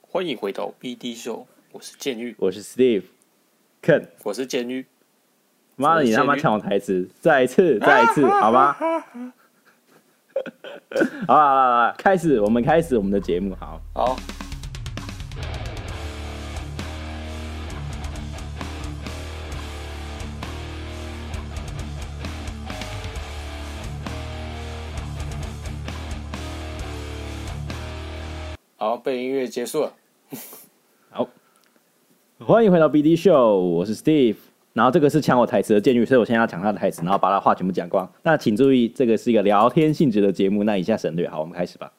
欢迎回到 BD 秀，我是监狱，我是 Steve。看，我是监狱，妈的，你他妈抢我台词，再一次，再一次，好吗？ 好了好了好了，开始，我们开始我们的节目，好。好，好，背音乐结束了。欢迎回到 BD 秀，我是 Steve。然后这个是抢我台词的监狱，所以我现在要抢他的台词，然后把他话全部讲光。那请注意，这个是一个聊天性质的节目，那以下省略。好，我们开始吧。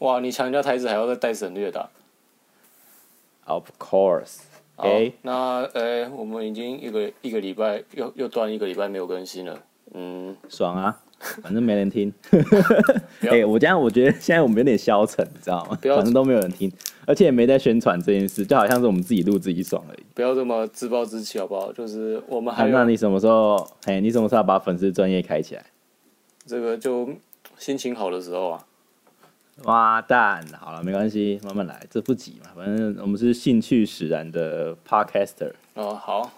哇，你强调台词还要再带省略的啊、 Of course，好 OK，那呃，我们已经一个一个礼拜又又断一个礼拜没有更新了。嗯，爽啊，反正没人听。要 哎、我这样我觉得现在我们有点消沉，你知道吗？不要反正都没有人听，而且也没在宣传这件事，就好像是我们自己录自己爽而已。不要这么自暴自弃好不好？就是我们还啊、那有你什么时候？哎、你什么时候要把粉丝专业开起来？这个就心情好的时候啊，哇蛋，好了，没关系，慢慢来，这不急嘛。反正我们是兴趣使然的 podcaster。哦，好，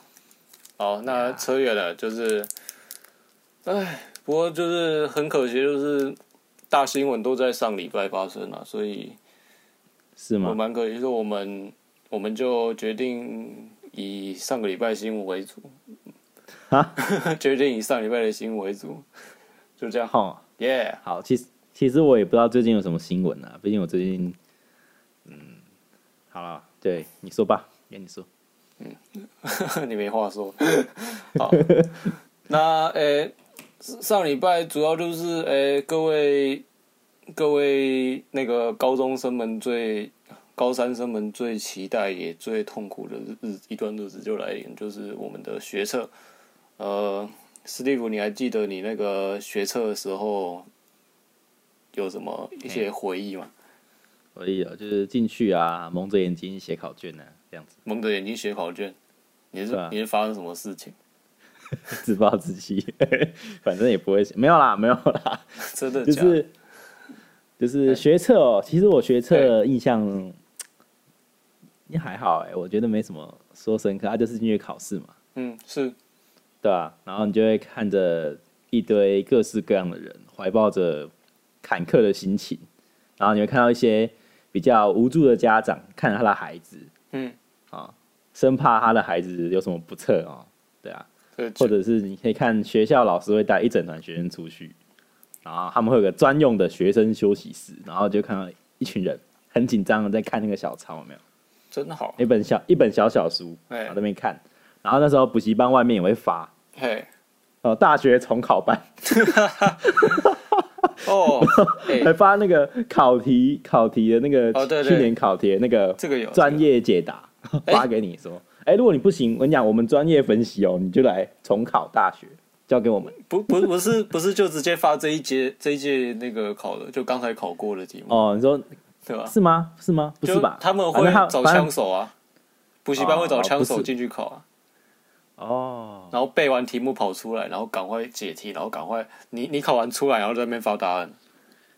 好，那扯远了，就是，唉，不过就是很可惜，就是大新闻都在上礼拜发生了、啊所以是我吗？蛮可惜，说我们我们就决定以上个礼拜新闻为主， 决定以上礼拜的新闻为主，就这样，好，耶、哦好，其实其实我也不知道最近有什么新闻啊，毕竟我最近，嗯，好了，对你说吧，跟你说， yeah,，你没 话说。好，那诶、上礼拜主要就是诶、各位各位那个高中生们最高三生们最期待也最痛苦的日日一段日子就来临，就是我们的学测。呃，史蒂夫，你还记得你那个学测的时候有什么一些嗯回忆吗？我也有就是进去啊，蒙着眼睛写考卷呢、啊，这样子 蒙着眼睛写考卷，你是、对啊你是发生什么事情？ 自暴自弃， 反正也不会写，没有啦，没有啦，真的 就假的？是 就是学测哦，其实我学测印象也还好哎、我觉得没什么说深刻，啊，就是进去考试嘛，嗯，是对啊，然后你就会看着一堆各式各样的人，怀抱着坎坷的心情，然后你会看到一些比较无助的家长看着他的孩子，嗯啊，生怕他的孩子有什么不测哦，对啊，呃或者是你可以看学校老师会带一整团学生出去，然后他们会有个专用的学生休息室，然后就看到一群人很紧张的在看那个小抄，有没有？真好，一本小一本小小书，哎然后在那边看，然后那时候补习班外面也会发。嘿，呃，大学重考班哦， 哎、还发那个考题，考题的那个、哦对对去年考题的那个这个有专业解答、哎发给你说，哎、如果你不行，我跟你讲，我们专业分析哦，你就来重考大学，交给我们。不不不是不是就直接发这一节这一届那个考的，就刚才考过的题目，哦，你说对吧？是吗？是吗？不是就吧？他们反会正他找反正枪手啊，补习班会找枪哦手不是进去考啊，哦，然后背完题目跑出来，然后赶快解题，然后赶快你你考完出来，然后在那边发答案，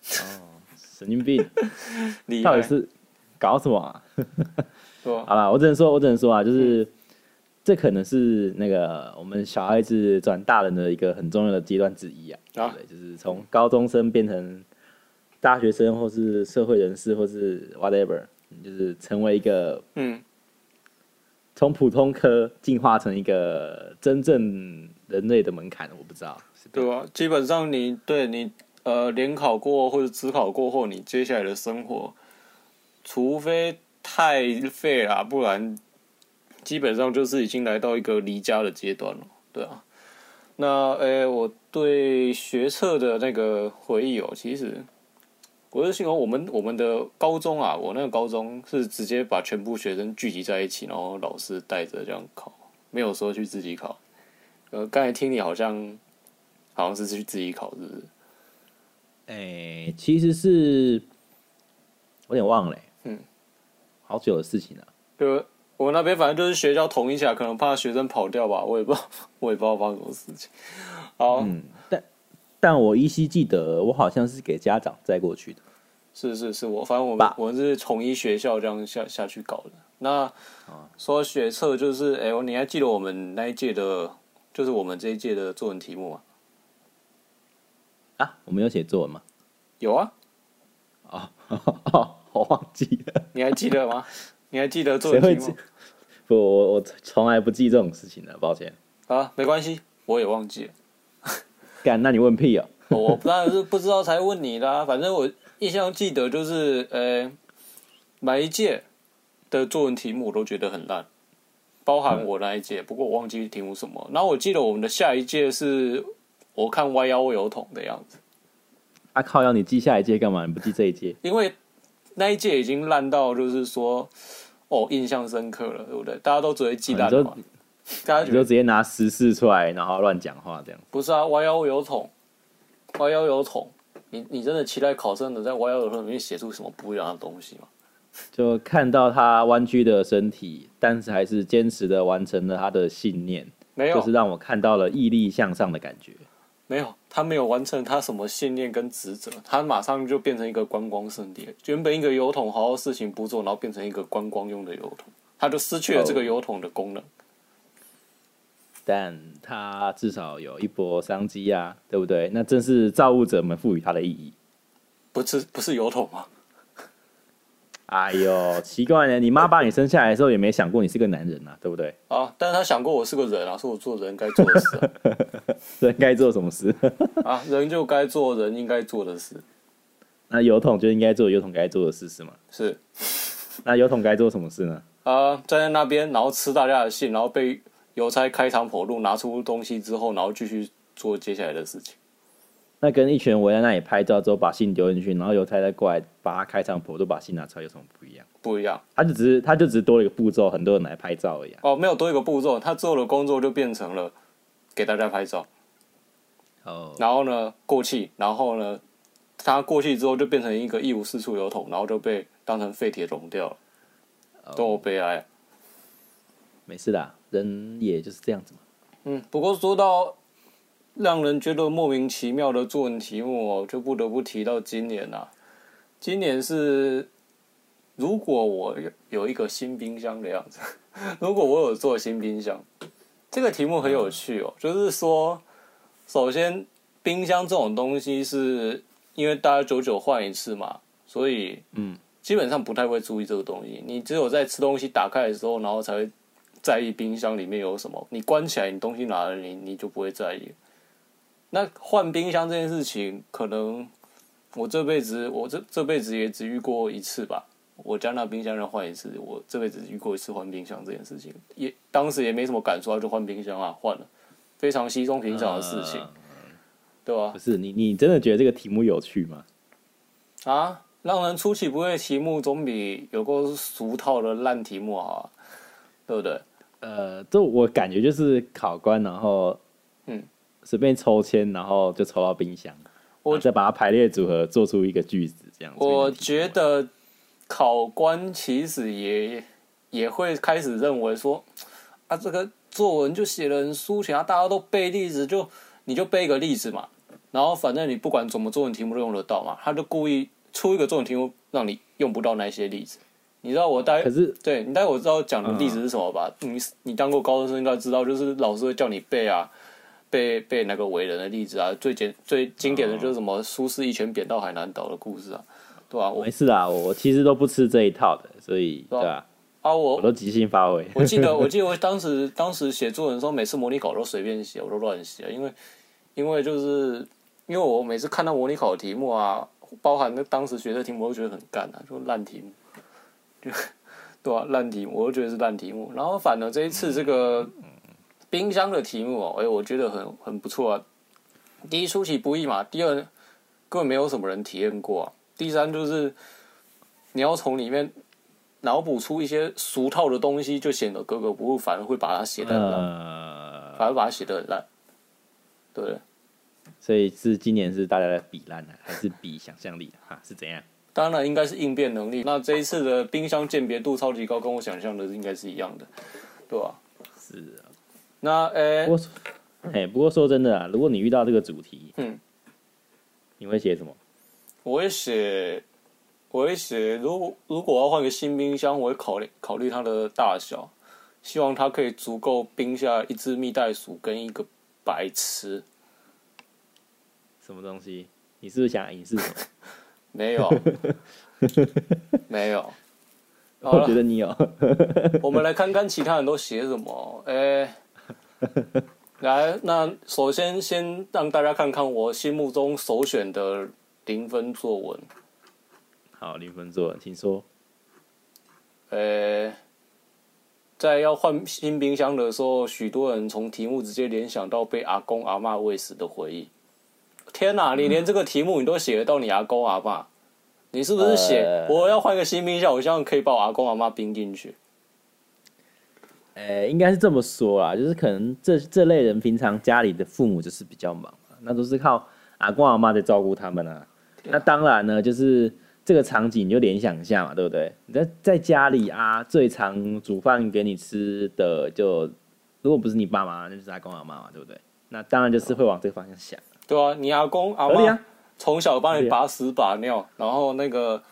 神经病， 厉到底害，是搞什么、啊？对吧？好了，我只能说，我只能说啊，就是、这可能是那个我们小孩子转大人的一个很重要的阶段之一啊，啊对，就是从高中生变成大学生，或是社会人士，或是 whatever，你就是成为一个嗯，从普通科进化成一个真正人类的门槛，我不知道。对吧？基本上你对你呃联考过或者只考过后，你接下来的生活，除非太废啦，不然基本上就是已经来到一个离家的阶段了，对啊。那诶、我对学测的那个回忆哦，其实我是形容我们我们的高中啊，我那个高中是直接把全部学生聚集在一起，然后老师带着这样考，没有说去自己考。呃，刚才听你好像好像是去自己考，是不是？哎、其实是我有点忘了、欸嗯，好久的事情了、啊就我那边反正就是学校统一起来，可能怕学生跑掉吧，我也不知道， 我也不知道发生什么事情。好，嗯但我依稀记得，我好像是给家长载过去的。是是是我，反正我们吧我们是统一学校这样下下去搞的。那说到学测就是，哎、我你还记得我们那一届的，就是我们这一届的作文题目吗？啊，我们有写作文吗？ 有啊，哦，我忘记了，你还记得吗？你还记得作谁文会题记目？？ 不，我我从来不记这种事情的，抱歉。啊，没关系，我也忘记了。干，那你问屁哦、 哦我当然是不知道才问你啦、反正我印象记得就是，呃，每一届的作文题目我都觉得很烂，包含我那一届，嗯不过我忘记题目什么。然后我记得我们的下一届是我看弯腰油桶的样子，啊靠！要你记下一届干嘛？你不记这一届？因为那一届已经烂到就是说，哦，印象深刻了，对不对？大家都只会记哦烂你的说嘛，大家你觉就得直接拿十四出来，然后乱讲话这样。不是啊，弯腰油桶，弯腰油桶，你你真的期待考生能在弯腰油桶里面写出什么不一样的东西吗？就看到他弯曲的身体，但是还是坚持的完成了他的信念，没有，就是让我看到了毅力向上的感觉。没有，他没有完成他什么信念跟职责，他马上就变成一个观光圣地了。原本一个油桶好好事情不做，然后变成一个观光用的油桶，他就失去了这个哦油桶的功能。但他至少有一波商机啊，对不对？那正是造物者们赋予他的意义。不是不是油桶吗？哎呦，奇怪呢，你妈把你生下来的时候也没想过你是个男人啊，对不对？啊！但是他想过我是个人啊，是我做人该做的 事人该做什么事？啊，啊人就该做人应该做的事， 那油桶就应该做油桶该做的事，是吗？是那油桶该做什么事呢？啊，站在那边，然后吃大家的信，然后被邮差开膛破肚，拿出东西之后，然后继续做接下来的事情。那跟一群人围在那里拍照之后，把信丢进去，然后邮差再过来把它开膛破肚，把信拿出来，有什么不一样？不一样他就只是他就只是多了一个步骤，很多人来拍照而已、啊。哦，没有多一个步骤，他做的工作就变成了给大家拍照。哦，然后呢过气，然后呢，它过气之后就变成一个一无是处油桶，然后就被当成废铁融掉了，多么悲哀啊！没事啦，人也就是这样子嘛。嗯，不过说到让人觉得莫名其妙的作文题目哦，就不得不提到今年啦、今年是如果我有有一个新冰箱的样子， 如果我有做新冰箱，这个题目很有趣哦，就是说，首先冰箱这种东西是因为大家久久换一次嘛，所以嗯，基本上不太会注意这个东西，你只有在吃东西打开的时候，然后才会在意冰箱里面有什么。你关起来，你东西拿了，你你就不会在意。那换冰箱这件事情，可能我这辈子我这这辈子也只遇过一次吧。我家那冰箱要换一次，我这辈子只遇过一次换冰箱这件事情，也当时也没什么感触啊，就换冰箱啊，换了，非常稀松平常的事情，呃对吧、不是你，你真的觉得这个题目有趣吗？啊，让人出其不意的题目总比有个俗套的烂题目好啊，对不对？呃，这我感觉就是考官，然后嗯，随便抽签，然后就抽到冰箱，我然后再把它排列组合，做出一个句子这样。我这觉边的题目啊得考官其实也也会开始认为说，啊，这个作文就写的很抒情啊，大家都背例子，就你就背一个例子嘛，然后反正你不管怎么作文题目都用得到嘛，他就故意出一个作文题目让你用不到那些例子。你知道我待可是对你待会知道讲的例子是什么吧？你你当过高中生应该知道，就是老师会叫你背啊，背背那个伟人的例子啊，最简最经典的就是什么苏轼一拳扁到海南岛的故事啊，对吧、啊？我没事啦，我我其实都不吃这一套的，所以啊对吧？啊我我都即兴发挥。我记得我记得我当时当时写作文的时候，每次模拟考啊都随便写，我都乱写，因为因为就是因为我每次看到模拟考的题目啊，包含那当时学的题目，我都觉得很干啊，就烂题目， 就对啊，烂题目，我都觉得是烂题目。然后反而这一次这个冰箱的题目哦、哎、我觉得很很不错啊。第一出其不意嘛，第二根本没有什么人体验过啊，第三就是你要从里面脑补出一些俗套的东西，就显得格格不入，反而会把它写得嗯很烂， 呃，反而把它写得很烂，对不对？所以是今年是大家在比烂呢，还是比想象力啊？是怎样？当然应该是应变能力。那这一次的冰箱鉴别度超级高，跟我想象的应该是一样的，对吧、是啊那呃诶、不过说，哎、不过说真的啊，如果你遇到这个主题，嗯，你会写什么？我会写我会写，如果如果我要换个新冰箱，我会考虑考虑它的大小，希望它可以足够冰下一只蜜袋鼠跟一个白痴。什么东西？你是不是想影视什么？没 有，没有。好我觉了，得你有，我们来看看其他人都写什么。诶，来，那首先先让大家看看我心目中首选的零分作文。好，零分作文，请说。呃，在要换新冰箱的时候，许多人从题目直接联想到被阿公阿嬷喂食的回忆。天哪、嗯你连这个题目你都写得到你阿公阿嬷？你是不是写、呃我要换个新冰箱，我希望可以把我阿公阿嬷冰进去？呃、应该是这么说啦，就是可能这这类人平常家里的父母就是比较忙嘛，那都是靠阿公阿妈在照顾他们啊。那当然呢，就是这个场景你就联想一下嘛，对不对？你在在家里啊，最常煮饭给你吃的就，如果不是你爸妈，那就是阿公阿妈嘛，对不对？那当然就是会往这个方向想，对啊，你阿公阿合理嬷啊，从小帮合你理啊把屎把尿，然后那个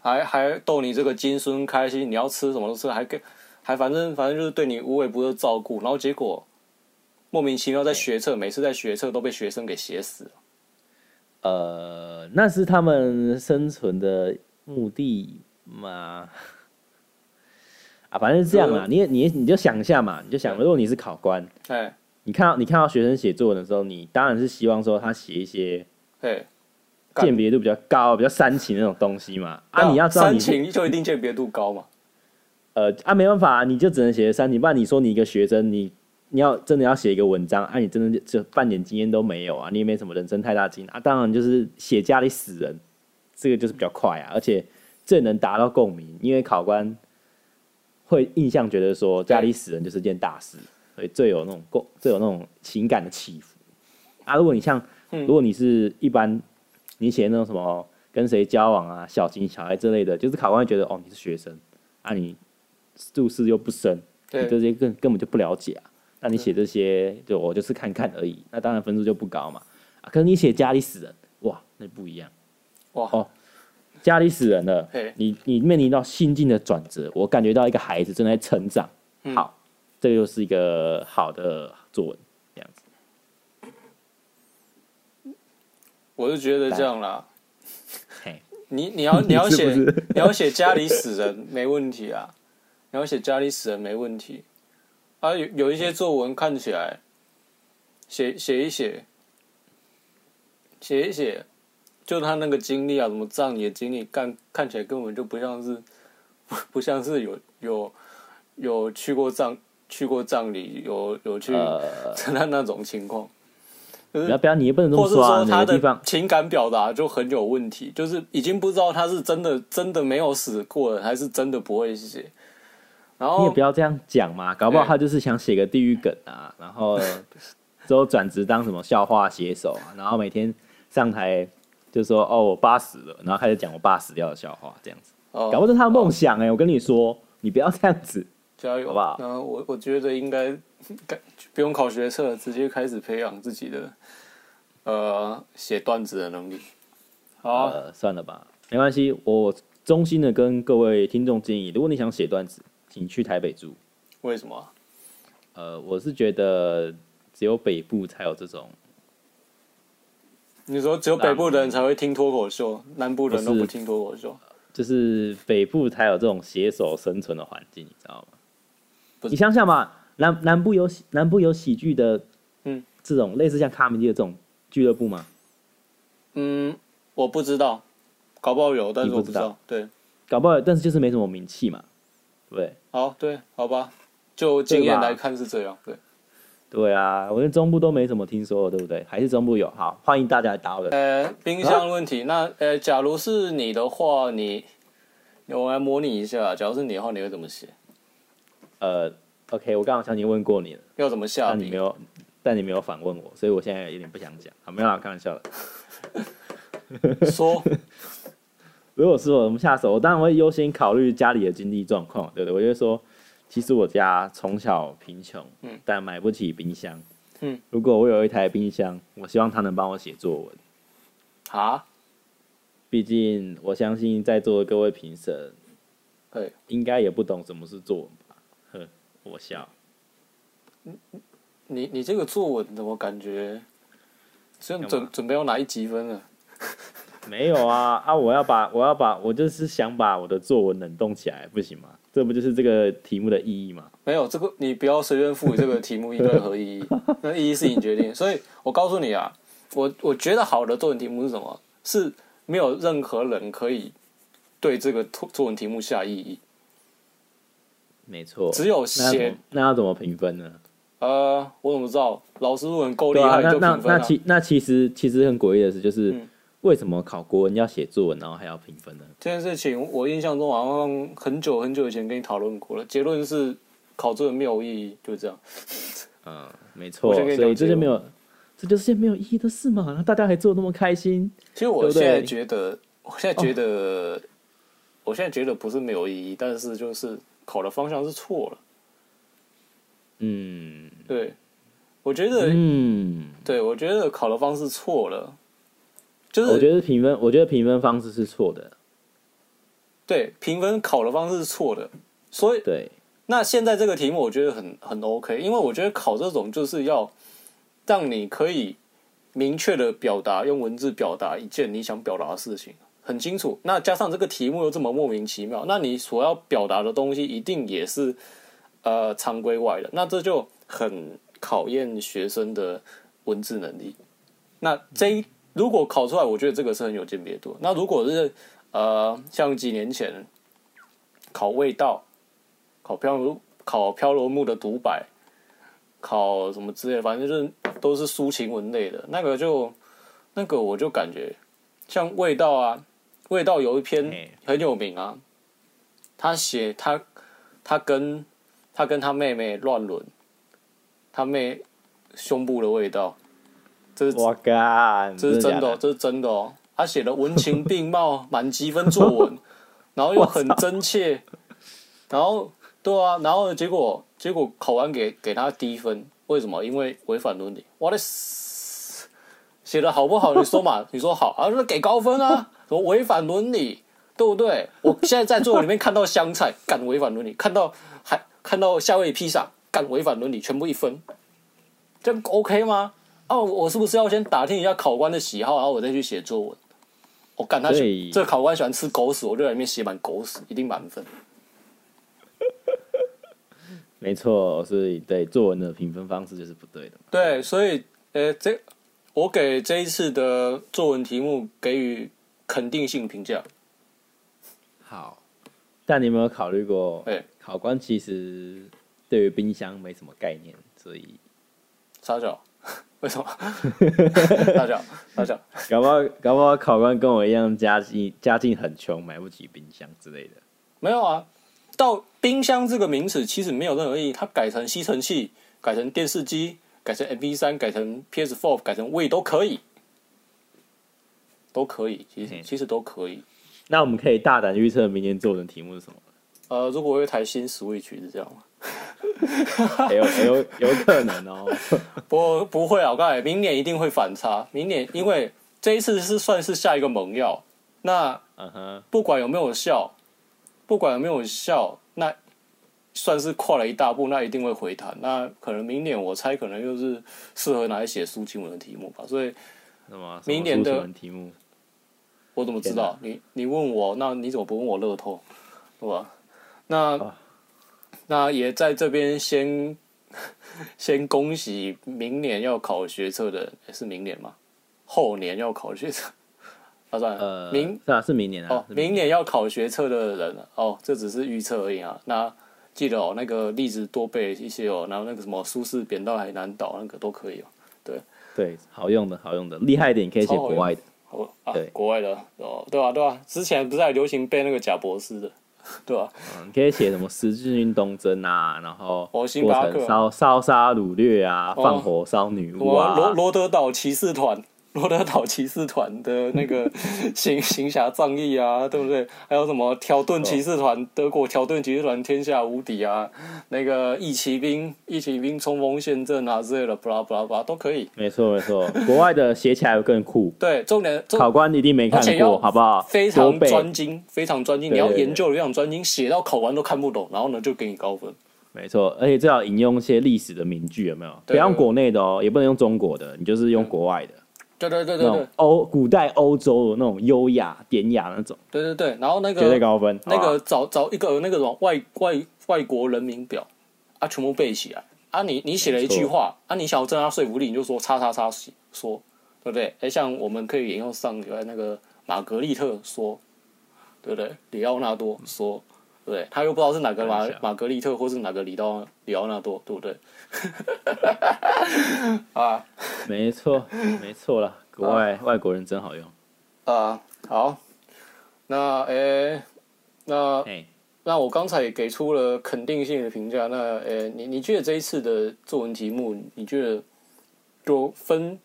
还还逗你这个金孙开心，你要吃什么都吃，还给还反正反正就是对你无微不至的照顾，然后结果莫名其妙在学测，每次在学测都被学生给写死了。呃，那是他们生存的目的嘛。 啊，反正是这样啦，嗯你也你也你就想一下嘛，你就想，对如果你是考官，哎你看到你看到学生写作文的时候，你当然是希望说他写一些哎，干鉴别度比较高、比较煽情那种东西嘛。那啊，你要知道煽你是情就一定鉴别度高嘛？呃啊，没办法、你就只能写煽情。不然你说你一个学生，你你要真的要写一个文章，啊，你真的就就半点经验都没有啊，你也没什么人生太大经验啊。当然就是写家里死人，这个就是比较快啊，而且最能达到共鸣，因为考官会印象觉得说家里死人就是件大事，所以最有那种共最有那种情感的起伏啊。如果你像嗯如果你是一般你写那种什么跟谁交往啊、小情小爱之类的，就是考官会觉得哦你是学生啊，你注释又不深，你对对这些根根本就不了解啊。那你写这些，就我就是看看而已，那当然分数就不高嘛。啊，可是你写家里死人，哇，那不一样。哇哦家里死人了嘿，你你面临到心境的转折，我感觉到一个孩子正在成长。嗯好，这个又是一个好的作文，这样子。我是觉得这样啦嘿。你你 要你要是不写是你要写家里死人没问题啊，你要写家里死人没问题啊。有有一些作文看起来，写写一写，写一写，就他那个经历啊，什么葬礼的经历，看看起来根本就不像是 不不像是有有有去过葬去过葬礼，有有去呃，承 担那种情况。不要不要，你也不能这或么是说啊说，哪他个地的方情感表达就很有问题，就是已经不知道他是真的真的没有死过了，还是真的不会写。然你也后不要这样讲嘛，搞不好哎他就是想写个地狱梗啊，然后之后转职当什么笑话写手啊，然后每天上台就说哦我爸死了，然后开始讲我爸死掉的笑话这样子，哦搞不好这是他的梦想哎、我跟你说，你不要这样子，加油好不好然后我我觉得应该该不用考学测，直接开始培养自己的呃写段子的能力。好啊、呃，算了吧，没关系，我衷心的跟各位听众建议，如果你想写段子，请去台北住，为什么啊？呃，我是觉得只有北部才有这种，你说只有北部的人才会听脱口秀，南部人都不是不听脱口秀。就是北部才有这种携手生存的环境，你知道吗？不是你想想嘛，南南部有喜南部有喜剧的，嗯，这种类似像卡米蒂的这种俱乐部吗？嗯，我不知道，搞不好有，但是你我不不知道道对。搞不好，但是就是没什么名气嘛，对不对？好，对，好吧，就经对验吧来看是这样，对。对啊，我连中部都没怎么听说，对不对？还是中部有好，欢迎大家来打我的。呃，冰箱问啊题，那呃，假如是你的话，你我来模拟一下，假如是你的话，你会怎么写？呃，OK，我刚好想你问过你了，要怎么下但你没笔？有，但你没有反问我，所以我现在有点不想讲。好，没有啦，开玩笑的。 说，如果是我们下手，我当然会优先考虑家里的经济状况，对不对？我就会说，其实我家从小贫穷，嗯但买不起冰箱，嗯，如果我有一台冰箱，我希望它能帮我写作文。啊，毕竟我相信在座的各位评审对，应该也不懂什么是作文吧？呵，我笑。你你这个作文的，我感觉，这样干准嘛准备要拿一积分了。没有啊 啊！我要把我要把我就是想把我的作文冷冻起来，不行吗？这不就是这个题目的意义吗？没有这个，你不要随便赋予这个题目任何意 义，那意义是你决定。所以我告诉你啊，我我觉得好的作文题目是什么？是没有任何人可以对这个作作文题目下意义，没错，只有那要怎写么那要怎么评分呢？呃，我怎么知道老师论文够厉对啊，害那就那评分那啊？其那其实其实很诡异的事，就是、嗯为什么考国文要写作文，然后还要评分呢？这件事情我印象中好像很久很久以前跟你讨论过了，结论是考作文没有意义，就这样。嗯，没错，我先跟你所以讲结这就论没有，这就是件没有意义的事嘛。然后大家还做得那么开心，其实对我不对现在觉得，我现在觉哦得，我现在觉得不是没有意义，但是就是考的方向是错了。嗯对，我觉得，嗯，对我觉得考的方式错了，就哦我是觉得评分，我觉得评分方式是错的。对评分考的方式是错的。所以对，那现在这个题目，我觉得很很 OK，因为我觉得考这种就是要让你可以明确的表达，用文字表达一件你想表达的事情，很清楚。那加上这个题目又这么莫名其妙，那你所要表达的东西一定也是呃常规外的，那这就很考验学生的文字能力。那这一如果考出来，我觉得这个是很有鉴别度。那如果是呃像几年前考味道。考漂流考漂流木的独白，考什么之类的，反正就是都是抒情文类的。那个就那个我就感觉像味道啊，味道有一篇嘿很有名啊，他写他他跟他跟他妹妹乱伦，他妹胸部的味道，这是我干，这是真的哦、假这是真的哦。他写的文情并 茂，满积分作文，然后又很真切，然后对啊，然后结果结果考完给给他低分，为什么？因为违反伦理。我的死写的好不好？你说嘛？你说好啊，那给高分啊，什么违反伦理，对不对？我现在在作文里面看到香菜，干违反伦理；看到还看到夏威夷披萨，干违反伦理，全部一分，这样 OK 吗？哦，我是不是要先打听一下考官的喜好，然后我再去写作文？我、干他所喜以这考官喜欢吃狗屎，我就在里面写满狗屎，一定满分。没错，所以对作文的评分方式就是不对的嘛。对，所以呃，这我给这一次的作文题目给予肯定性评价。好，但你有没有考虑过，哎考官其实对于冰箱没什么概念，所以傻脚， 为什么？傻 脚，傻脚，搞不好搞不好考官跟我一样家境家境很穷，买不起冰箱之类的。没有啊。到冰箱这个名词其实没有任何意义，它改成吸尘器，改成电视机，改成 MP 三，改成 PS Four，改成 We 都可以，都可以，其实嗯其实都可以。那我们可以大胆预测明年作文的题目是什么？ 呃，如果有一台新 Switch 是这样吗？有有有可能 哦。不不会啊，我告诉你，明年一定会反差。明年因为这一次是算是下一个猛药，那嗯哼，不管有没有效，不管有没有效，那算是跨了一大步，那一定会回弹。那可能明年我猜可能又是适合拿来写抒情文的题目吧。所以那么明年的什么文题目？我怎么知道？你你问我，那你怎么不问我乐透，对吧？那、啊那也在这边先 先恭喜明年要考学测的，诶是明年吗？后年要考学测，啊算了，呃，明是啊，是明年啊。哦是明年要考学测的人哦，这只是预测而已啊。那记得哦，那个例子多背一些哦，然后那个什么苏轼、扁担还难倒那个都可以哦。对，好用的，好用的，厉害一点可以写超好国用外的。哦啊对，国外的哦，对吧、对吧、之前不是还流行背那个贾博士的， 对吧、啊嗯，可以写什么十字军东征啊，然后哦过星巴克程烧烧杀掳掠啊，哦放火烧女什巫么啊罗，罗德岛骑士团，罗德岛骑士团的那 个行行侠仗义啊，对不对？还有什么条顿骑士团，德国条顿骑士团天下无敌啊，那个义骑兵，义骑兵冲锋陷阵啊之类的，巴拉巴拉巴拉都可以。没错没错，国外的写起来更酷。 对，重点重考官一定没看而且要过，好不好？非多常背专精，非常专精，对你要对对研究的非常专精，写到考完都看不懂，然后呢就给你高分。没错，而且最好引用一些历史的名句，有没有？对不要用国内的哦，也不能用中国的，你就是用国外的对对对那对种对欧古代欧洲的那种优雅典雅那种，对对对，然后那绝对个高啊分。那好个吧找找一个那个什么外外外国人名表啊，全部背起来啊你，你写了一句话啊，你想要增加说服力，你就说叉叉叉说，对不对？哎，像我们可以引用上礼拜那个玛格丽特说，对不对？里奥纳多说。对不对，他又不知道是哪个看玛一下玛格丽特，或是哪个里奥里奥纳多，对不对？啊，没错，没错了，国外外国人真好用。啊、好，那诶、那哎，那我刚才也给出了肯定性的评价。那诶、你你觉得这一次的作文题目，你觉得就分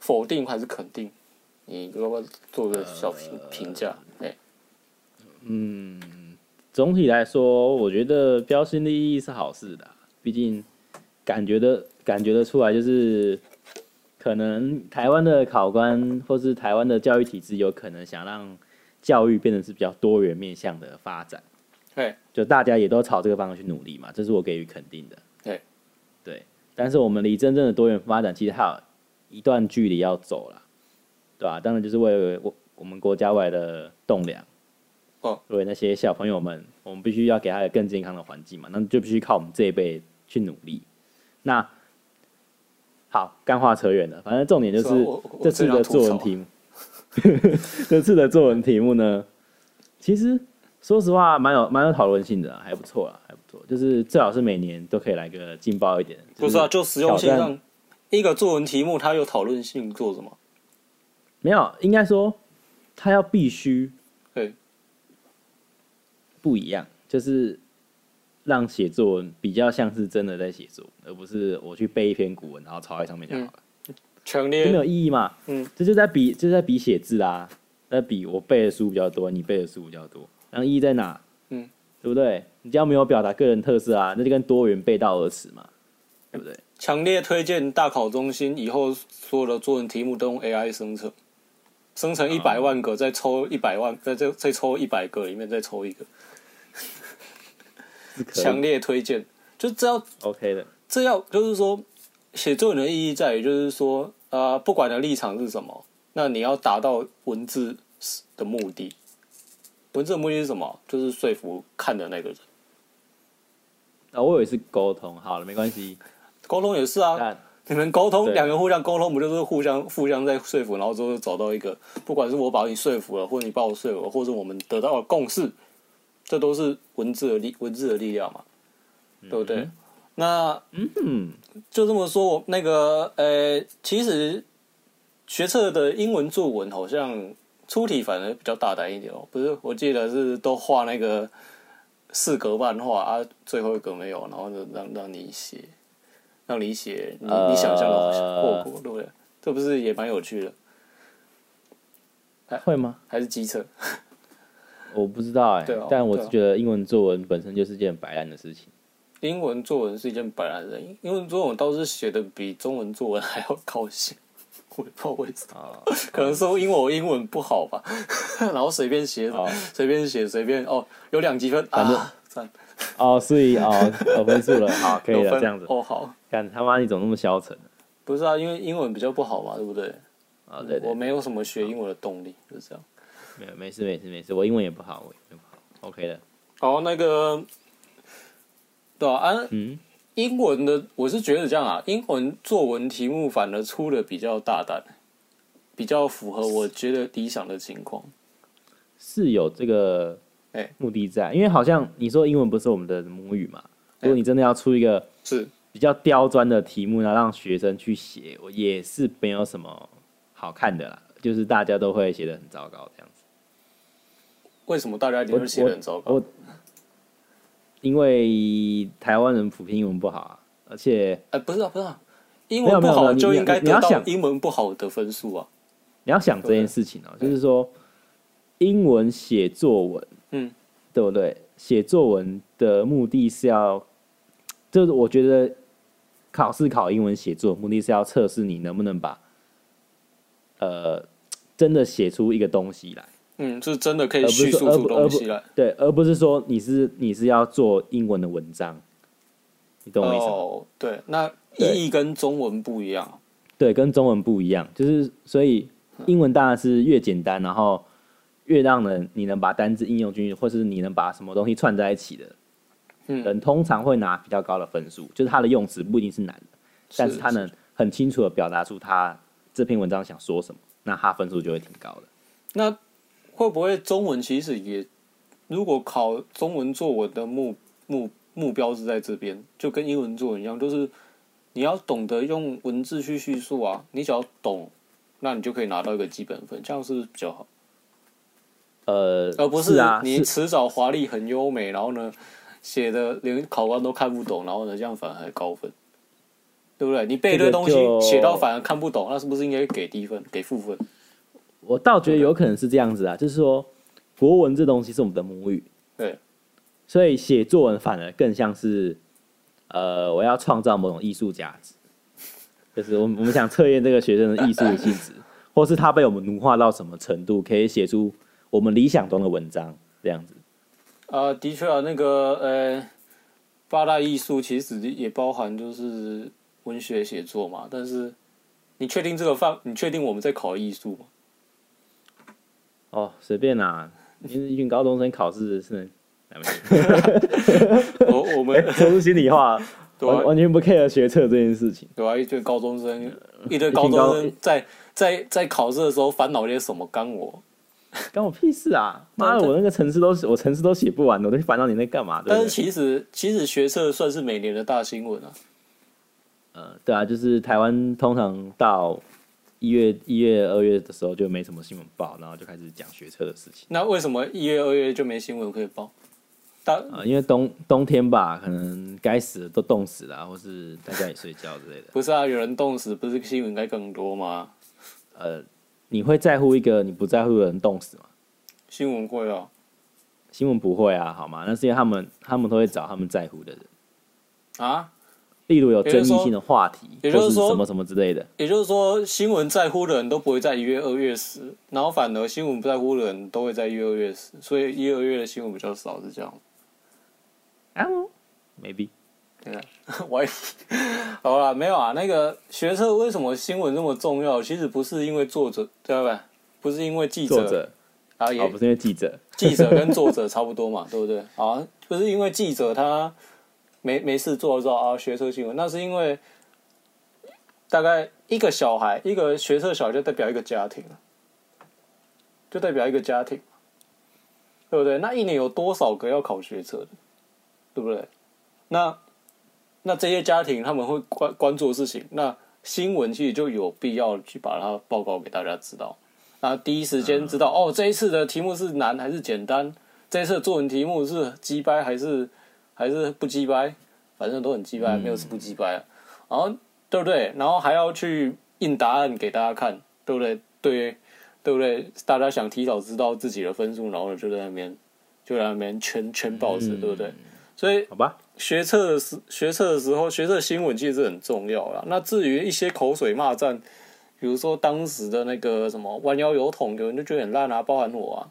否定还是肯定？你要不要做个小评评价？哎、总体来说，我觉得标新立异是好事的啊，毕竟感觉的感觉得出来，就是可能台湾的考官或是台湾的教育体制，有可能想让教育变得是比较多元面向的发展。对，就大家也都朝这个方向去努力嘛，这是我给予肯定的。对，对，但是我们离真正的多元发展，其实还有一段距离要走了，对吧、当然就是为了我我们国家未来的栋梁。所以那些小朋友们，我们必须要给他一个更健康的环境嘛，那就必须靠我们这一辈去努力。那好，干话扯远了，反正重点就是吧是啊我我这次的作文题目， 这次的作文题目呢，其实说实话蛮有蛮有讨论性的啊、还不错啊，还不错，就是最好是每年都可以来个劲爆一点。不是啊，就实用性挑战上，一个作文题目它有讨论性，做什么？没有，应该说他要必须对不一样，就是让写作文比较像是真的在写作文，而不是我去背一篇古文然后抄在上嗯面就好了，强就没烈有意义嘛。嗯，这就在比，这就在比写字啦，在比我背的书比较多，你背的书比较多，那意义在哪？嗯，对不对？你只要没有表达个人特色啊，那就跟多元背道而驰嘛，对不对？强烈推荐大考中心以后所有的作文题目都用 AI 生成，生成一百万个，再抽一百万，再再再抽一百个，里面再抽一个。是可强以烈推荐，就这要 OK 的，这要就是说，写作文的意义在于就是说，呃，不管你的立场是什么，那你要达到文字的目的。文字的目的是什么？就是说服看的那个人。啊、我以为是沟通，好了，没关系，沟通也是啊，但你们沟通，对两个人互相沟通，不就是互相互相在说服，然后最后找到一个，不管是我把你说服了，或者你把我说服了，或者我们得到了共识，这都是文字的力文字的力量嘛，对不对？那嗯。就这么说，我那个呃，其实学测的英文作文好像出题反而比较大胆一点哦，不是？我记得是都画那个四格漫画啊，最后一格没有，然后就让让你写，让你写你你想象的后呃果，对不对？这不是也蛮有趣的？会吗？还是机测？我不知道哎、对啊但我对啊是觉得英文作文本身就是件白烂的事情。英文作文是一件本来的，英文作文倒是写的比中文作文还要高兴，我也不知道为什 么。 啊、可能是因为我英文不好吧， 然后随便写哦，随便写，随便哦，有两积分正啊，赞，哦，所以哦，有分数了，好，可以有了，分这样子。哦，好，看他妈你怎么那么消沉不是啊，因为英文比较不好嘛，对不对？啊？对啊我对，没有什么学英文的动力，就这样。没有没事没事没事，我英文也不好，我英文也不好，OK 的。哦，那个，对啊，啊嗯，英文的我是觉得这样啊，英文作文题目反而出的比较大胆，比较符合我觉得理想的情况。是有这个哎目的在，因为好像你说英文不是我们的母语嘛，如果哎你真的要出一个是，比较刁钻的题目，然后让学生去写，我也是没有什么好看的啦，就是大家都会写的很糟糕这样子。为什么大家一定我会写的很糟糕？我因为台湾人普遍英文不好啊，而且哎，不是啊，不是啊，英没有文没不有没有好你就你应该你得要到想英文不好的分数啊。你要想这件事情哦、就是说英文写作文，嗯，对不对？写作文的目的是要，就是我觉得考试考英文写作的目的是要测试你能不能把，呃，真的写出一个东西来。嗯，是真的可以而呃不是叙说述而出不而东不西来。对，而不是说你是你是要做英文的文章，你懂我意思吗？哦，对，那对意义跟中文不一样。对，跟中文不一样，就是所以嗯英文当然是越简单，然后越让人你能把单字应用进去，或是你能把什么东西串在一起的嗯，人，通常会拿比较高的分数，就是他的用词不一定是难的，但是他能很清楚的表达出他这篇文章想说什么，那他分数就会挺高的。那会不会中文其实也，如果考中文作文的目目目标是在这边，就跟英文作文一样，就是你要懂得用文字去叙述啊，你只要懂，那你就可以拿到一个基本分，这样是不是比较好，呃，而不是啊，你是辞藻华丽很优美，然后呢写的连考官都看不懂，然后呢这样反而还高分。对不对？你背一这堆个东西就写到反而看不懂，那是不是应该给低分、给负分？我倒觉得有可能是这样子啊，就是说国文这东西是我们的母语，对，所以写作文反而更像是，呃，我要创造某种艺术价值，就是我们我们想测验这个学生的艺术性质，或是他被我们奴化到什么程度，可以写出我们理想中的文章这样子。啊，的确啊，那个呃，八大艺术其实也包含就是文学写作嘛，但是你确定这个范？你确定我们在考艺术吗？哦，随便啦、因为一群高中生考试是， 我我们说出心里话，对完啊完全不 care 学测这件事情。对啊，一堆高中生，一堆高高中生在在在考试的时候烦恼些什么？干我？关我屁事啊！妈的，我那个城市都我城市都写不完的，我都烦恼你那干嘛？对但不是对？其实其实学测算是每年的大新闻啊，呃，对啊，就是台湾通常到一月、一月、二月的时候就没什么新闻报，然后就开始讲学车的事情。那为什么一月二月就没新闻可以报？大啊、因为冬冬天吧，可能该死的都冻死了啊、或是在家里睡觉之类的。不是啊，有人冻死，不是新闻应该更多吗？呃，你会在乎一个你不在乎的人冻死吗？新闻会啊，新闻不会啊，好吗？那是因为他们他们都会找他们在乎的人，啊，例如有也就争是议说性的话题，也就是或是说什么什么之类的。也就是说，新闻在乎的人都不会在一月、二月死，然后反而新闻不在乎的人都会在一月、二月死，所以一、二月的新闻比较少，是这样。 啊哦，maybe 我也好啦，没有啊。那个学测为什么新闻那么重要？其实不是因为作者，对吧？不是因为记作者者啊，哦，也不是因为记者，记者跟作者差不多嘛，对不对？啊，不是因为记者他没没事做之后啊，学测新闻，那是因为大概一个小孩，一个学测小孩就代表一个家庭，就代表一个家庭，对不对？那一年有多少个要考学测的，对不对？那那这些家庭他们会关关注的事情，那新闻其实就有必要去把它报告给大家知道。然后第一时间知道、哦，这一次的题目是难还是简单，这一次的作文题目是鸡掰还是还是不鸡掰，反正都很鸡掰，没有是不鸡掰啊、然后对不对？然后还要去印答案给大家看，对不对？对，对不对？大家想提早知道自己的分数，然后就在那边就在那边圈圈报纸，对不对？所以好吧？学测的时学测的时候，学测新闻其实很重要啦。那至于一些口水骂战，比如说当时的那个什么弯腰油桶，有人就觉得很烂啊，包含我啊，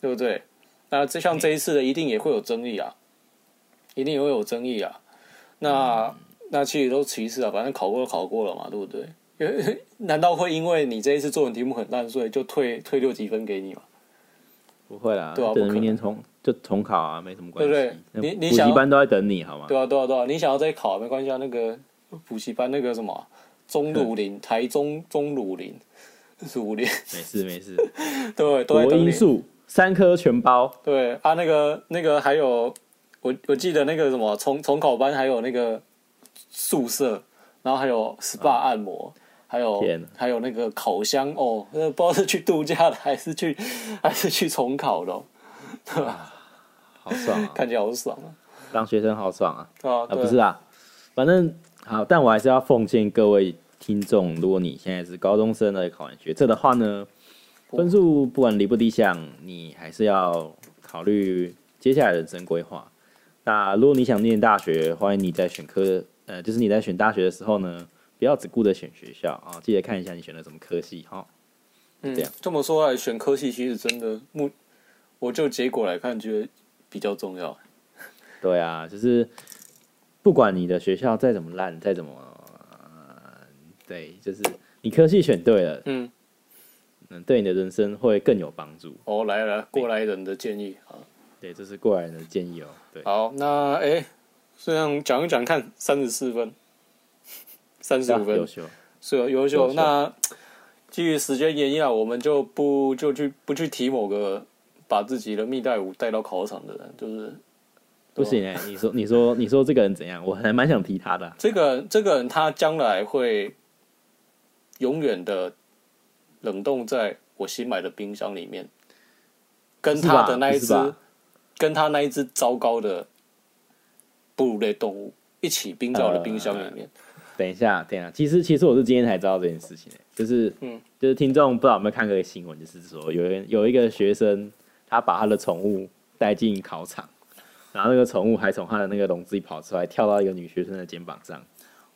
对不对？那这像这一次的，一定也会有争议啊，一定也会有争议啊。那、那其实都其次啊，反正考过就考过了嘛，对不对？ 因为难道会因为你这一次作文题目很烂，所以就退退六几分给你吗？不会啦，对啊不等可着明年重就重考啊，没什么关系。对不对那你你补想习要班都在等你，好吗？对啊，对啊，对啊，你想要再考没关系啊。那个补习班那个什么啊中鲁林，台中中鲁林，鲁林， 没事没事，对，都在国等英你。数三科全 包，对啊，那个那个还有，我我记得那个什么重重考班还有那个宿舍，然后还有 SPA 按摩。还有天哪还有那个烤箱哦，那不知道是去度假的还是去还是去重考的哦、好爽啊！看起来好爽啊！当学生好爽啊！对啊，啊，对啊不是啊，反正好，但我还是要奉劝各位听众，如果你现在是高中生的考完学测的话呢，分数不管理不理想，你还是要考虑接下来的人生规划。那如果你想念大学，欢迎你在选科，呃，就是你在选大学的时候呢，不要只顾着选学校啊、记得看一下你选的什么科系哈、嗯这样，这么说来，选科系其实真的目，我就结果来看，觉得比较重要。对啊，就是不管你的学校再怎么烂，再怎么、呃对，就是你科系选对了，嗯，嗯，对你的人生会更有帮助。哦，来了，过来人的建议啊。对，这是过来人的建议哦。对，好，那哎、这样讲一讲看，三十四 分，三十五啊优分，秀。是啊优优秀。秀那基于时间原因啊，我们就不就去不去提某个把自己的蜜袋鼯带到考场的人，就是不行哎、你说你说你说这个人怎样？我还蛮想提他的啊、这个这个人，他将来会永远的冷冻在我新买的冰箱里面，跟不是吧他的那一不只是吧，跟他那一只糟糕的哺乳类动物一起冰在我的冰箱里面。等一下，等一下，其实其实我是今天才知道这件事情、欸，就是嗯就是听众不知道有没有看过一个新闻，就是说有人有一个学生，他把他的宠物带进考场，然后那个宠物还从他的那个笼子里跑出来，跳到一个女学生的肩膀上。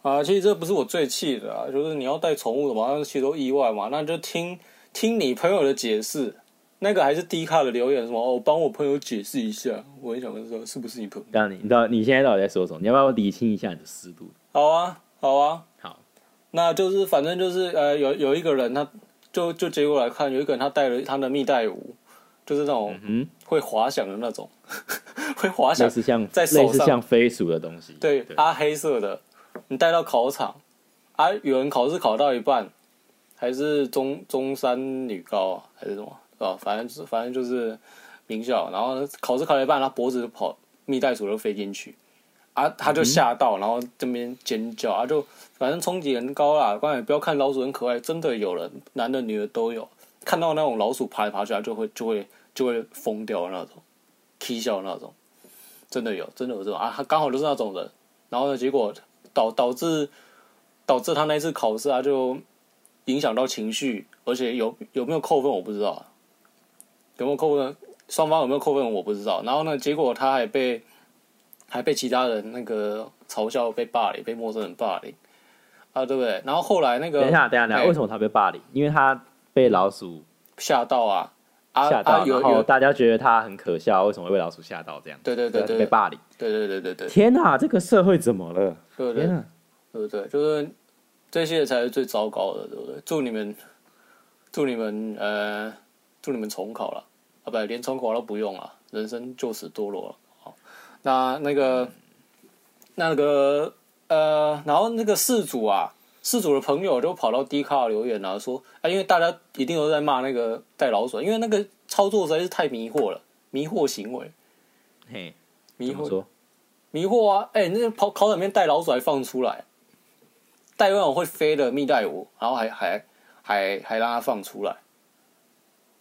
啊，其实这不是我最气的啊，就是你要带宠物的嘛，那其实都意外嘛，那就听听你朋友的解释。那个还是低卡的留言什么？哦，帮我朋友解释一下。我也想问说，是不是你朋友？让你你知道你现在到底在说什么？你要不要理清一下你的思路？好啊，好啊，好，那就是反正就是呃，有有一个人他就就结果来看，有一个人他带了他的蜜袋鼯，就是那种嗯，会滑翔的那种， 会滑类翔，似像在手上类似像飞鼠的东西，对，对啊黑色的，你带到考场，啊有人考试考到一半，还是中中山女高啊还是什么啊，反正就是反正就是名校，然后考试考到一半，他脖子就跑蜜袋鼯就飞进去，啊他就吓到，然后这边尖叫，啊就反正冲击很高啦，关键不要看老鼠很可爱，真的有人男的女的都有，看到那种老鼠爬来爬去，他就会就会就会疯掉的那种，踢笑的那种。真的有，真的有这种啊，他刚好就是那种人，然后呢，结果导导致导致他那一次考试啊，就影响到情绪，而且有有没有扣分我不知道啊，有没有扣分，双方有没有扣分我不知道。然后呢，结果他还被还被其他人那个嘲笑、被霸凌、被陌生人霸凌啊，对不对？然后后来那等一个下，等一下，等一下，哎为什么他被霸凌？因为他被老鼠吓到啊啊吓到，啊，有然后有，大家觉得他很可笑，为什么会被老鼠吓到？这样对对对所以他对被霸凌。对对对对对天哪、这个社会怎么了？对对天。啊哪、对不对？就是这些才是最糟糕的，对不对？祝你们，祝你们，呃，祝你们重考了啊！不，连重考都不用了，人生就此堕落了。好，那那个，那个，呃，然后那个事主啊，事主的朋友就跑到 D 卡留言啊，说啊，因为大家一定都在骂那个带老鼠，因为那个操作实在是太迷惑了，迷惑行为，嘿，迷怎么惑说？迷惑啊！哎、那跑考场里面带老鼠还放出来，带那种会飞的蜜袋鼯，然后还还还还让它放出来，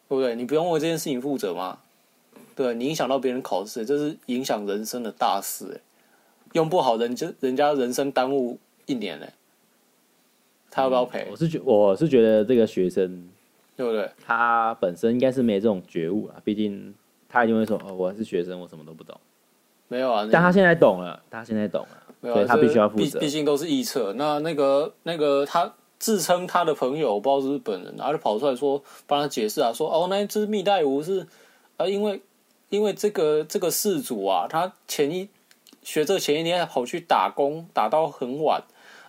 对不对？你不用为这件事情负责吗？对你影响到别人考试，这是影响人生的大事、哎，用不好人家人家人生耽误一年呢、哎他要不要赔？我是觉我是觉得这个学生对不对？他本身应该是没这种觉悟啊，毕竟他一定会说哦，我是学生，我什么都不懂。没有啊，你但他现在懂了，他现在懂了，没有所啊，以他这必须要负毕责毕竟都是臆测。那那个那个他自称他的朋友，我不知道是不是本人，然啊后就跑出来说帮他解释啊，说哦，那一只蜜袋鼯是啊，因为因为这个这个事主啊，他前一学这前一天还跑去打工，打到很晚，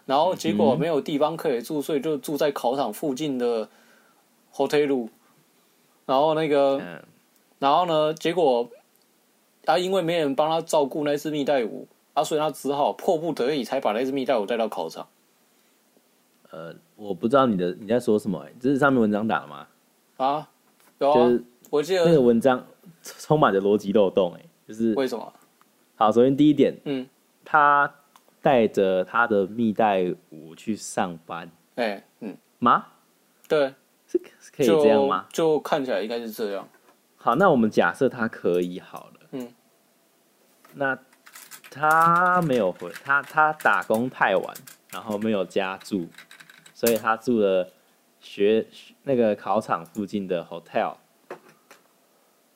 然后结果没有地方可以住，所以就住在考场附近的 hotel，然后那个。嗯，然后呢，结果啊，因为没人帮他照顾那只蜜袋鼯啊，所以他只好迫不得已才把那只蜜袋鼯带到考场呃，我不知道你的你在说什么、欸，这是上面文章打的吗？啊。有啊，就是我记那得个文章充充满着逻辑漏洞、欸，哎，就是为什么？好，首先第一点，嗯，他带着他的蜜袋鼯去上班哎、嗯，吗？对，是是可以就这样吗？就看起来应该是这样。好，那我们假设他可以好了，嗯，那他没有回，他他打工太晚，然后没有家住，所以他住了学那个考场附近的 hotel。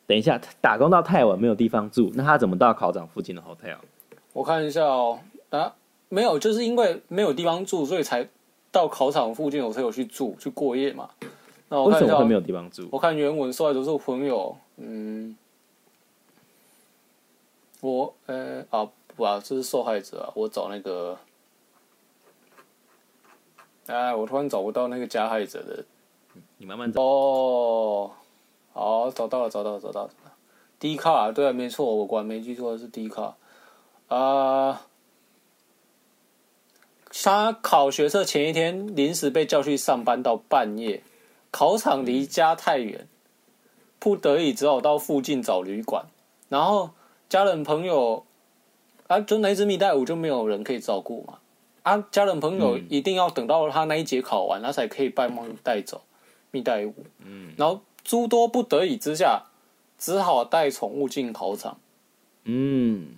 等一下，打工到太晚没有地方住，那他怎么到考场附近的 hotel？我看一下哦，啊，没有，就是因为没有地方住，所以才到考场附近我才有去住去过夜嘛。那我为看什一下么会哦，没有地方住？我看原文受害者是我朋友，嗯，我呃啊不啊，这是受害者啊，我找那个，哎，我突然找不到那个加害者的你慢慢找。哦，好，找到了，找到了，找到了，找到了。D 卡，对啊，没错，我果然没记错是 D 卡。啊、他考学测前一天临时被叫去上班到半夜，考场离家太远，不得已只好到附近找旅馆。然后家人朋友啊，就那一只蜜袋鼯就没有人可以照顾嘛。啊，家人朋友嗯一定要等到他那一节考完，他才可以帮忙带走蜜袋鼯。嗯，然后诸多不得已之下，只好带宠物进考场。嗯，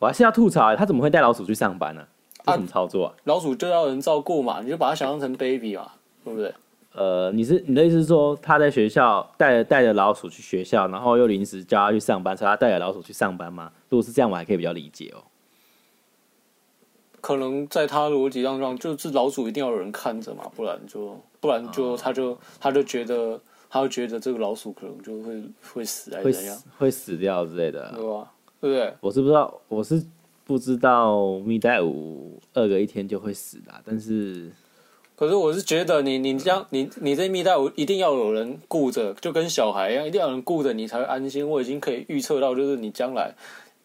我还是要吐槽欸，他怎么会带老鼠去上班呢、这啊什么操作啊？老鼠就要人照顾嘛，你就把它想象成 baby 嘛，对不对？呃，你是你的意思是说他在学校带着带着老鼠去学校，然后又临时叫他去上班，所以他带着老鼠去上班吗？如果是这样，我还可以比较理解哦。可能在他逻辑当中，就是老鼠一定要有人看着嘛，不然就不然就他就他就觉得他就觉得这个老鼠可能就会会死还会是怎样死，会死掉之类的。对吧？对不对？我是不知道，我是不知道蜜袋鼯饿个一天就会死的啊、但是可是我是觉得你你这样你你这蜜袋鼯一定要有人顾着，就跟小孩一样，一定要有人顾着你才会安心。我已经可以预测到，就是你将来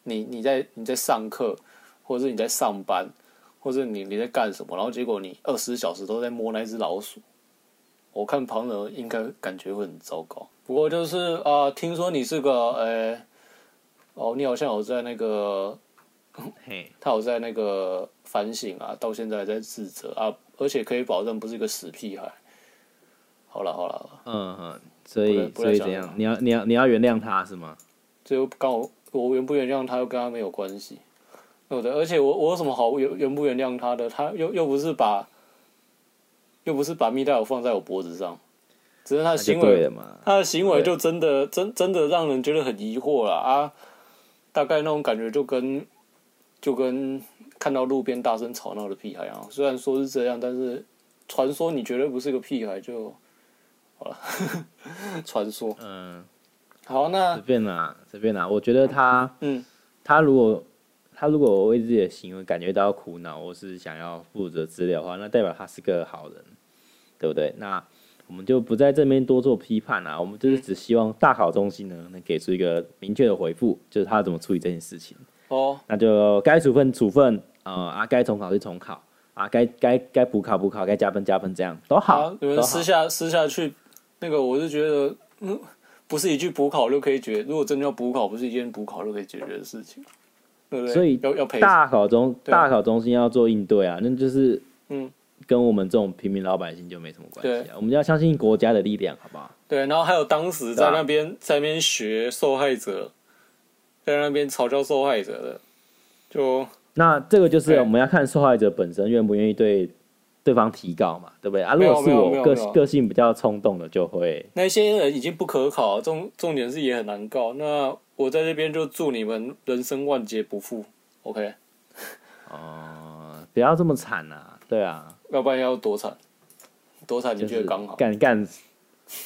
你你在你在上课，或者是你在上班，或者你你在干什么，然后结果你二十小时都在摸那只老鼠，我看旁人应该感觉会很糟糕。不过就是啊、呃听说你是个呃、哦，你好像有在那个嘿，他有在那个反省啊，到现在还在自责啊，而且可以保证不是一个死屁孩。好了好了，嗯，嗯所不以能不能所以想了怎样？你要你要你要原谅他是吗？就刚好我原不原谅他，又跟他没有关系，对不对？而且我我有什么好原原不原谅他的？他又又不是把又不是把蜜袋鼯放在我脖子上，只是他的那就行为对了嘛。他的行为对就真的真真的让人觉得很疑惑了啊！大概那种感觉就跟就跟看到路边大声吵闹的屁孩啊，虽然说是这样，但是传说你绝对不是个屁孩就好了。 传说嗯，好，那随便啦，随便啦。我觉得他嗯他如果他如果为自己的行为感觉到苦恼，或是想要负责治疗的话，那代表他是个好人，对不对？那我们就不在这边多做批判啊啦，我们嗯就是只希望大考中心呢能给出一个明确的回复，就是他怎么处理这件事情。哦那就该处分处分，呃啊，该重考就重考，啊，该该该补考补考，该加分加分，这样都好。啊，你们都好私下私下去那个，我是觉得嗯，不是一句补考就可以解，如果真的要补考，不是一件补考就可以解决的事情，对不对？所以要要赔大考中对啊大考中心要做应对啊，那就是嗯，跟我们这种平民老百姓就没什么关系对啊。我们要相信国家的力量，好不好？对，然后还有当时对在啊那边、在那边学受害者，在那边嘲笑受害者的，就那这个就是对我们要看受害者本身愿不愿意对对方提告嘛，对不对啊？没如有果是没有没有我个没有个性比较冲动的，就会那些人已经不可考，重重点是也很难告。那我在这边就祝你们人生万劫不复，OK？哦、不要这么惨啊，对啊，要不然要多惨，多惨就你觉是得刚好？干干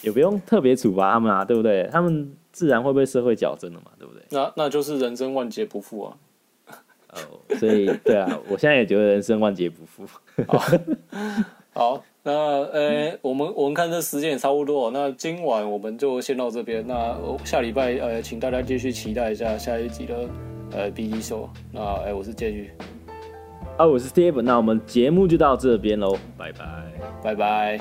也不用特别处罚他们啊，对不对？他们自然会被社会矫正的嘛，对不对？那那就是人生万劫不复啊！哦，所以对啊，我现在也觉得人生万劫不复。好，那呃、我们我们看这时间也差不多，那今晚我们就先到这边。那呃下礼拜呃，请大家继续期待一下下一集的呃 B D 秀。那哎、我是建宇，啊，我是 Steve，那我们节目就到这边喽，拜拜。拜拜。